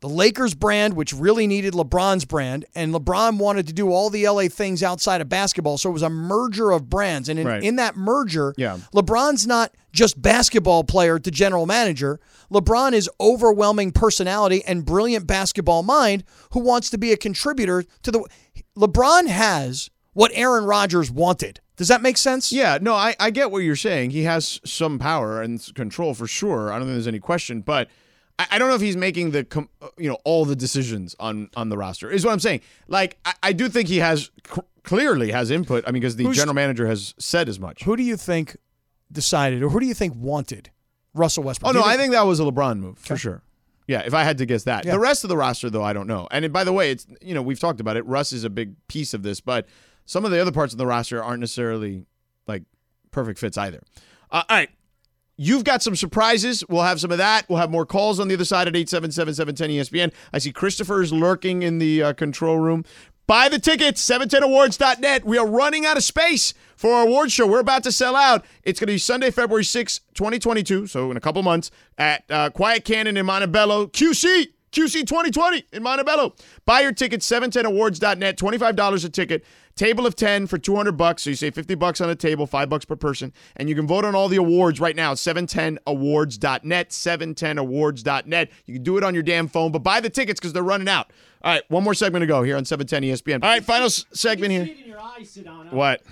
The Lakers brand, which really needed LeBron's brand, and LeBron wanted to do all the LA things outside of basketball. So it was a merger of brands. And in,
Right.
in that merger,
Yeah.
LeBron's not just basketball player to general manager. LeBron is overwhelming personality and brilliant basketball mind who wants to be a contributor to the. LeBron has what Aaron Rodgers wanted. Does that make sense?
Yeah, no, I, I get what you're saying. He has some power and s- control for sure. I don't think there's any question, but I, I don't know if he's making the com- uh, you know all the decisions on on the roster. Is what I'm saying. Like I, I do think he has c- clearly has input. I mean, because the
Who's-
general manager has said as much.
Who do you think decided, or who do you think wanted Russell Westbrook?
Oh
Do
no,
you
I think that was a LeBron move for sure. Yeah, if I had to guess that.
Yeah.
The rest of the roster though, I don't know. And it- by the way, it's you know, we've talked about it. Russ is a big piece of this, but some of the other parts of the roster aren't necessarily like perfect fits either. Uh, all right. You've got some surprises. We'll have some of that. We'll have more calls on the other side at 877-710-ESPN. I see Christopher's lurking in the uh, control room. Buy the tickets, 710awards.net. We are running out of space for our award show. We're about to sell out. It's going to be Sunday, February sixth, 2022, so in a couple months, at uh, Quiet Cannon in Montebello, QC. QC 2020 in Montebello. Buy your tickets, 710awards.net, $25 a ticket, table of 10 for 200 bucks. So you save 50 bucks on a table, 5 bucks per person. And you can vote on all the awards right now, 710awards.net, 710awards.net. You can do it on your damn phone, but buy the tickets because they're running out. All right, one more segment to go here on 710 ESPN. All right, final s- segment here.
in your eyes, Sedano,
What?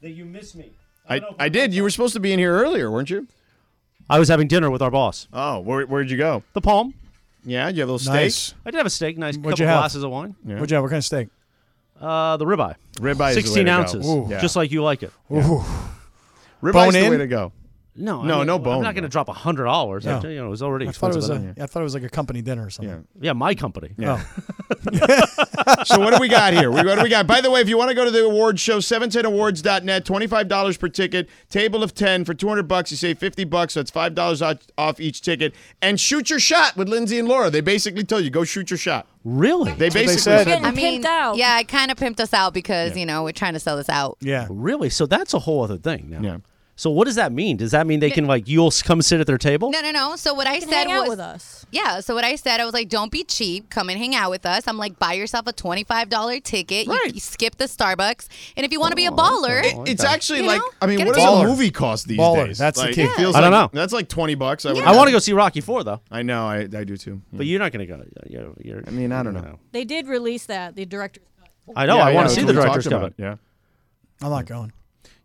that you miss me.
I, I did. You were supposed to be in here earlier, weren't you?
I was having dinner with our boss.
Oh, where, where'd you go?
The Palm.
Yeah, did you have a little
Nice.
steak?
I did have a steak, nice
What'd
couple
you have?
glasses of wine.
Yeah.
What'd you have? What kind of steak?
Uh, the ribeye.
Ribeye is the way
16
to go.
ounces.
Ooh. Yeah.
Just like you like it.
Ribeye's
Bone
the
in?
way to go.
No,
No,
I mean,
no
I'm
bone,
not going to drop hundred dollars.
No.
You know, it was already
I thought it
expensive.
was
enough.
a, I thought it was like a company dinner or something. Oh,
yeah, my company.
Yeah. so what do we got here? We- What do we got? By the way, if you want to go to the awards show, 710awards.net, $25 per ticket, table of 10 for 200 bucks. You save 50 bucks, so it's $5 o- off each ticket. And shoot your shot with Lindsay and Laura. They basically told you, go shoot your shot.
Really?
They basically
I
said,
mean, yeah, it kind of pimped us out because you know we're trying to sell this out.
Yeah.
Really? So that's a whole other thing now. Yeah. So what does that mean? Does that mean they can like you'll s- come sit at their table?
No, no, no. So what I
can
said
hang out
was
with us.
Yeah. So what I said, I was like, don't be cheap. Come and hang out with us. I'm like, buy yourself a twenty five dollar ticket. You- You, skip the Starbucks, and if you want to be a
Oh,
baller,
It- it's actually
You
like,
know,
I mean,
get
what
a
does a
taller.
movie cost these
Baller,
days?
that's the
Like,
key.
It feels
I don't
like-
know.
That's like 20 bucks. I, would
I want to
go.
go see Rocky Four though,
I know, I, I do too.
but you're not going to go. You're, you're, I mean, I don't know.
They did release that the director's cut.
I know.
Yeah,
I want
yeah,
to see
that's
the
what we
director's
talked
cut.
about. Yeah.
I'm not going.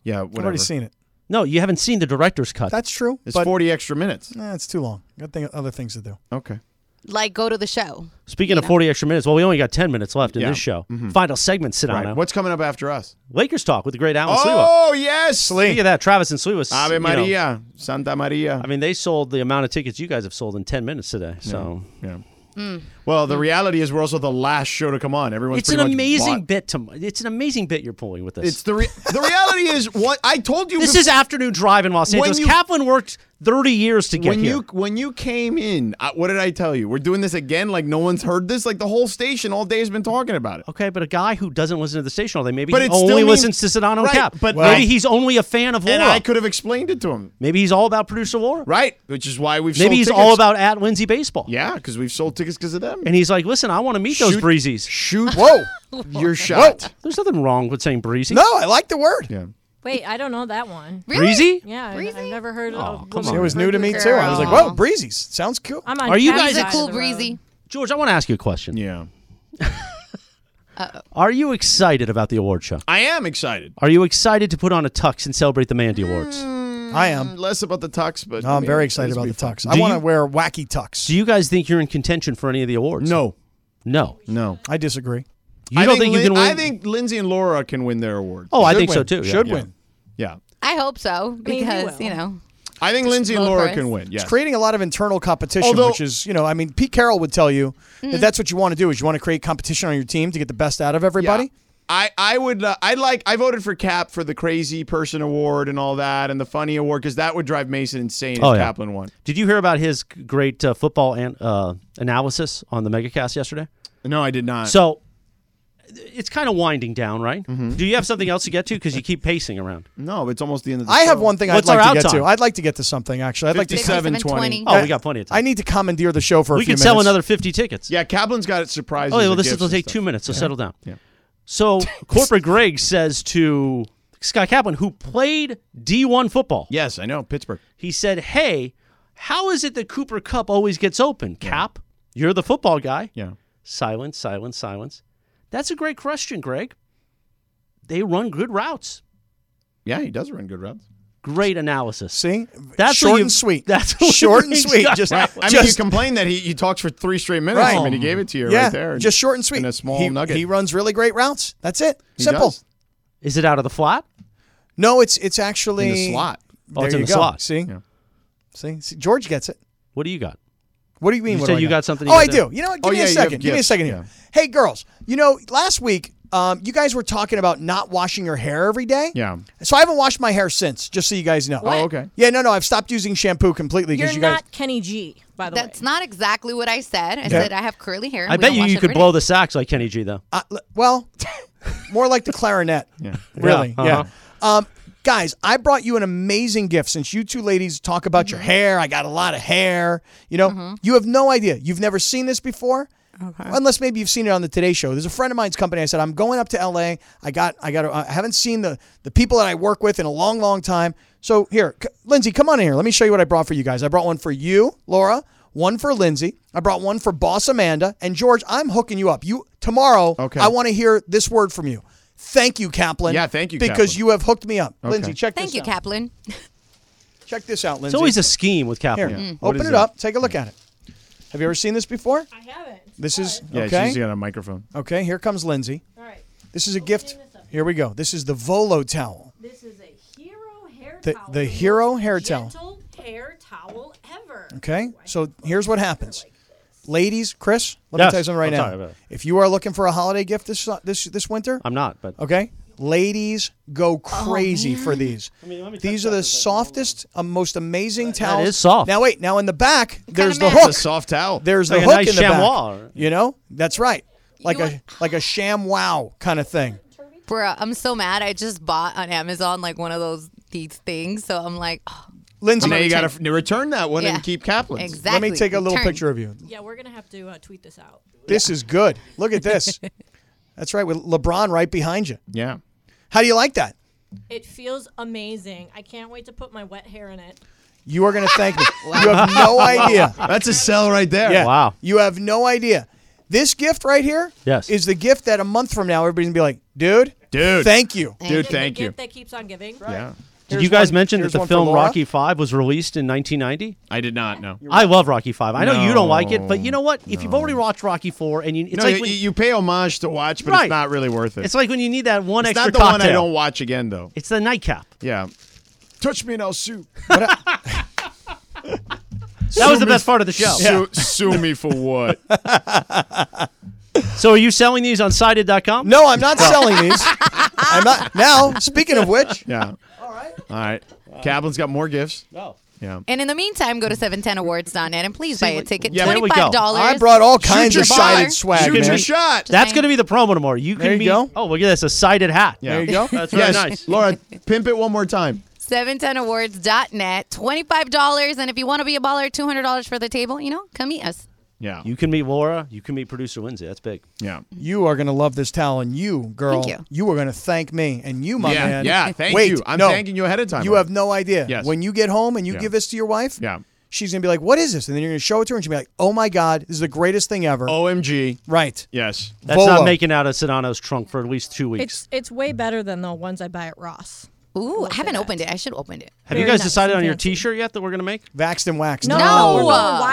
Yeah,
I've
whatever.
already seen it.
No, you haven't seen the director's cut.
That's true.
It's
but
40 extra minutes.
nah, it's too long. Got thing, other things to do.
Okay.
like go to the show.
Speaking of 40 extra minutes, well, we only got 10 minutes left in
Yeah. Mm-hmm.
this show. Final segment, Sedano.
Right. What's coming up after us?
Lakers talk with the great Alan Sliwa.
Oh, yes.
Look at that, Travis and Sliwa.
Ave
you know,
Maria, Santa Maria.
I mean, they sold the amount of tickets you guys have sold in 10 minutes today. So
Yeah.
Hmm.
Well, the reality is we're also the last show to come on. Everyone's
it's an
pretty much
amazing
bought-
bit. To, it's an amazing bit you're pulling with this.
It's the re- the reality is what I told you.
this
bef-
is afternoon drive in Los
When
Angeles.
you-
Kaplan worked 30 years to get
when
here.
you when you came in. I, what did I tell you? We're doing this again. Like no one's heard this. Like the whole station all day has been talking about it.
Okay, but a guy who doesn't listen to the station all day, maybe
But
he
it still
only
means-
listens to Sedano and
Right,
Cap.
but-
maybe
Right.
he's only a fan of
And
Laura.
I could have explained it to him,
maybe he's all about producer Laura.
right? Which is why we've sold
Maybe he's
tickets.
all about at Lindsay baseball.
yeah, because we've sold tickets because of them.
And he's like, listen, I want to meet those
Shoot-
breezies.
Shoot, whoa, your shot.
There's nothing wrong with saying breezy.
No, I like the word.
Yeah.
Wait, I don't know that one.
Really?
Breezy?
Yeah, I, have never heard of.
come
Blue
on.
It was
Bird
new to me
Girl.
too. I was like, whoa, breezies. Sounds cool.
I'm on
Are you
Cap's
guys
He's a
side
cool
of the road.
breezy.
George, I want to ask you a question.
Yeah.
Are you excited about the award show?
I am excited.
Are you excited to put on a tux and celebrate the Mandy Awards?
Mm.
Mm, I am.
Less about the tux, but
No, I'm very excited about the tux. I
Do
want to
you-
wear wacky tux.
Do you guys think you're in contention for any of the awards?
No,
No.
no.
I disagree.
You don't think, you
Lin-
can win?
I think Lindsay and Laura can win their award.
oh, I
Should
think so
win.
too. yeah.
Should
Yeah.
win.
Yeah.
I hope so
he
because
will.
you know
I think Lindsay and
low
Laura
price.
can win. Yes.
It's creating a lot of internal competition,
Although-
which is, you know, I mean, Pete Carroll would tell you
Mm.
that that's what you want to do is you want to create competition on your team to get the best out of everybody.
I, I would uh, I like I voted for Cap for the crazy person award and all that and the funny award because that would drive Mason insane if
Oh, yeah.
Kaplan won.
Did you hear about his g- great uh, football an- uh, analysis on the MegaCast yesterday?
No, I did not.
So it's kind of winding down, right?
Mm-hmm.
Do you have something else to get to? Because you keep pacing around.
No, it's almost the end of the
I have one thing
What's
I'd
our
like
out
to get
time?
to. I'd like to get to something actually. I'd like to
57.20.
Oh, we got plenty of time.
I need to commandeer the show for a
we
few
could sell
minutes.
another 50 tickets.
Yeah, Kaplan's got it surprised.
Oh, yeah, well, this will take two minutes, so settle down.
Yeah.
So corporate Greg says to Scott Kaplan, who played D1 football.
Yes, I know Pittsburgh.
He said, "Hey, how is it that Cooper Cup always gets open? Cap, you're the football guy."
Yeah.
Silence, silence, silence. That's a great question, Greg. They run good routes.
Yeah, he does run good routes.
Great analysis.
See,
that's
Short
what you-
and sweet.
That's what
Short and
brings
sweet.
up-
Just-
Right. I mean, you
just-
complain that he, he talks for three straight minutes
Right.
and then he gave it to you
yeah,
right there.
Just short and sweet.
In a small
he,
nugget.
He runs really great routes. That's it.
He
Simple.
does.
Is it out of the flat?
No, it's it's actually
In the slot.
Oh, it's
There
in
you
the
go.
slot.
See? See? See, George gets it.
What do you got?
What do you mean?
You
what
said
do I
you got something you
Oh,
got
I
there?
do. You know what?
Oh,
Give me
yeah,
a
you have
second. Give me a
gifts.
second here. Hey, girls. You know, last week um, you guys were talking about not washing your hair every day.
Yeah.
So I haven't washed my hair since. Just so you guys know.
What? Oh,
okay.
Yeah, no, no. I've stopped using shampoo completely
You're
because you guys.
not Kenny G, by the way. That's not exactly what I said. I
Yeah.
said I have curly hair. and
I
we
bet
don't
you
wash
you
it
could
every
blow Oh, the sacks like Kenny G though.
Uh, l- well, more like the clarinet.
Yeah.
Really?
Yeah,
Yeah.
uh-huh.
Um, guys, I brought you an amazing gift since you two ladies talk about your hair. I got a lot of hair. You know, you have no idea. You've never seen this before. Unless maybe you've seen it on the Today Show. There's a friend of mine's company. I said I'm going up to LA. I got I got I haven't seen the the people that I work with in a long long time. So here, c- Lindsay, come on in here. Let me show you what I brought for you guys. I brought one for you, Laura. One for Lindsay. I brought one for Boss Amanda and George. I'm hooking you up. You tomorrow.
Okay.
I want to hear this word from you. Thank you, Kaplan.
Yeah, thank you,
Because
Kaplan.
you have hooked me up,
Okay.
Lindsay. Check
Thank
this.
you,
out.
Kaplan.
Check this out, Lindsay.
It's always a scheme with Kaplan.
Here,
What
Mm. open
is
it
that?
up. Take a look at it. Have you ever seen this before? I haven't. This is
Yeah,
okay.
she's got a microphone.
Okay, here comes Lindsay. All right. This is a gift. Here we go. This is the Volo towel.
This is a hero hair
The,
towel.
the hero hair towel.
Gentle hair towel ever.
Okay, so here's what happens. Ladies, Chris, let me
Yes,
tell you something right
I'm sorry
now.
about it.
If you are looking for a holiday gift this uh, this this winter,
I'm not, but
okay, ladies
Oh,
go crazy for these. these are the softest, uh, most amazing towels.
is soft.
Now wait, now in the back, there's the
It's
hook.
a soft towel.
There's
Like
the
a
hook
nice
in the
chamois.
back. You know, that's right. Like a like a sham wow kind of thing.
Bruh, I'm so mad. I just bought on Amazon like one of those these things. So I'm like, oh,
Lindsay,
now you got to return that one
Yeah.
and keep Kaplan's.
exactly.
Let me take a little
Return.
picture of you.
Yeah, we're gonna have to uh, tweet this out.
This is good. Look at this. That's right, with LeBron right behind you.
Yeah.
How do you like that?
It feels amazing. I can't wait to put my wet hair in it.
You are going to thank me. You have no idea.
That's a sell right there.
Yeah.
Wow.
You have no idea. This gift right here
Yes.
is the gift that a month from now everybody's going to be like, dude,
Dude.
thank you.
Dude,
It's the
thank you.
gift That keeps on giving.
Yeah.
Did
Here's
you guys
one-
mention that
here's
the
one for
film
Laura.
Rocky Five was released in 1990?
I did not know.
I love Rocky Five. I know you don't like it, but
No,
you know what? If you've already watched Rocky Four, and you it's
No,
like
you,
when,
you pay homage to watch, but
Right.
it's not really worth it.
it's like when you need that one
It's
extra
not the
cocktail.
one I don't watch again, though.
It's the nightcap.
Yeah. Touch me and I'll sue.
That was the best part of the show.
Sue, sue me for what?
So are you selling these on sided.com?
No, I'm not selling these. I'm not. Now, speaking of which,
Yeah. All right. All right. Kaplan's got more gifts.
No.
Yeah.
And in the meantime, go to 710awards.net and please buy a ticket.
yeah, there we go.
$25.
I brought all kinds
your
of sided
shot.
swag,
Shoot your
man.
shot.
That's
saying.
going to be the promo tomorrow. You can
There you
be,
go.
Oh, look at this, a sided hat.
Yeah.
There you go.
That's really
yes.
nice.
Laura, pimp it one more time.
710awards.net. $25. And if you want to be a baller, $200 for the table, you know, come meet us.
Yeah.
You can meet Laura. You can meet producer Lindsay. That's big.
yeah.
You are going to love this towel, and you, girl,
Thank you.
are going to thank me, and you, my
Yeah,
man.
yeah, thank
wait,
you. I'm
no.
thanking you ahead of time,
You
Mike.
have no idea.
Yes.
When you get home and you
Yeah.
give this to your wife,
Yeah.
she's going to be like, "What is this?" And then you're going to show it to her, and she'll be like, "Oh my God, this is the greatest thing ever!"
OMG.
Right?
Yes.
That's
Volo.
not making out of Sedano's trunk for at least two weeks.
It's it's way better than the ones I buy at Ross.
Ooh, I haven't opened it. I should have opened it.
Have you
very
guys
nice
decided
and
on your
fancy.
T-shirt yet that we're going to make?
Vaxxed and waxed.
No.
No.
we're going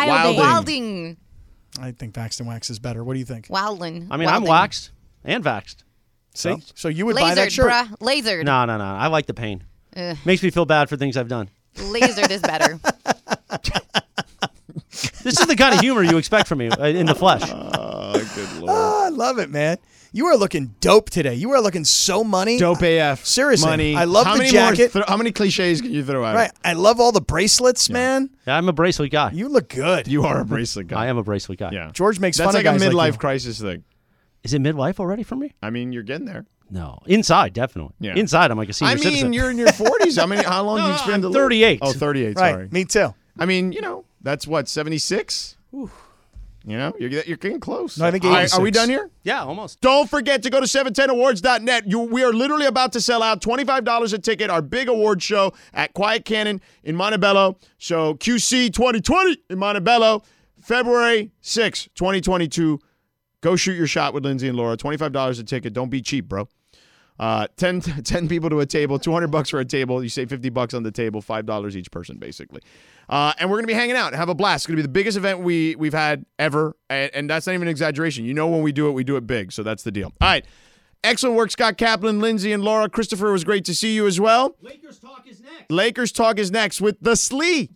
wilding.
Wilding.
I think vaxxed and waxed is better. What do you think?
Wilding.
I mean, I'm
Wilding.
waxed and vaxxed.
See, so you would buy that
Lasered,
shirt.
bruh. Lasered.
No, no, no. I like the pain.
Ugh.
Makes me feel bad for things I've done.
Lasered is better.
This is the kind of humor you expect from me uh, in the flesh.
Oh, good lord!
Ah, I love it, man. You are looking dope today. You are looking so money.
Dope AF.
Seriously,
Money.
I love
How
the
many more
jacket.
thro- how many cliches can you throw at
Right.
it?
I love all the bracelets, man.
I'm a bracelet guy.
You look good.
You are a bracelet guy.
I am a bracelet guy.
Yeah.
George makes
That's
fun
like
of guys
a midlife
like you.
crisis thing.
Is it midlife already for me?
I mean, you're getting there.
No, inside definitely.
Yeah.
Inside, I'm like a senior
I mean,
citizen.
you're in your 40s. I mean, how long do you spend?
I'm
to live?
38.
Oh, 38.
Right,
Sorry.
Me too.
I mean, you know, that's what 76. You know, you're you're getting close.
No, I think
All right,
86.
are we done here?
yeah, almost.
Don't forget to go to 710awards.net. You, we are literally about to sell out $25 a ticket, our big award show at Quiet Cannon in Montebello. So QC 2020 in Montebello, February 6, 2022. Go shoot your shot with Lindsay and Laura. $25 a ticket. Don't be cheap, bro. Uh, 10, 10 people to a table, 200 bucks for a table. You save 50 bucks on the table, $5 each person, basically. Uh, and we're going to be hanging out and have a blast. It's going to be the biggest event we, we've had ever. And, and that's not even an exaggeration. You know, when we do it, we do it big. So that's the deal. All right. Excellent work, Scott Kaplan, Lindsay, and Laura. Christopher, it was great to see you as well. Lakers talk is next. Lakers talk is next with the Slee.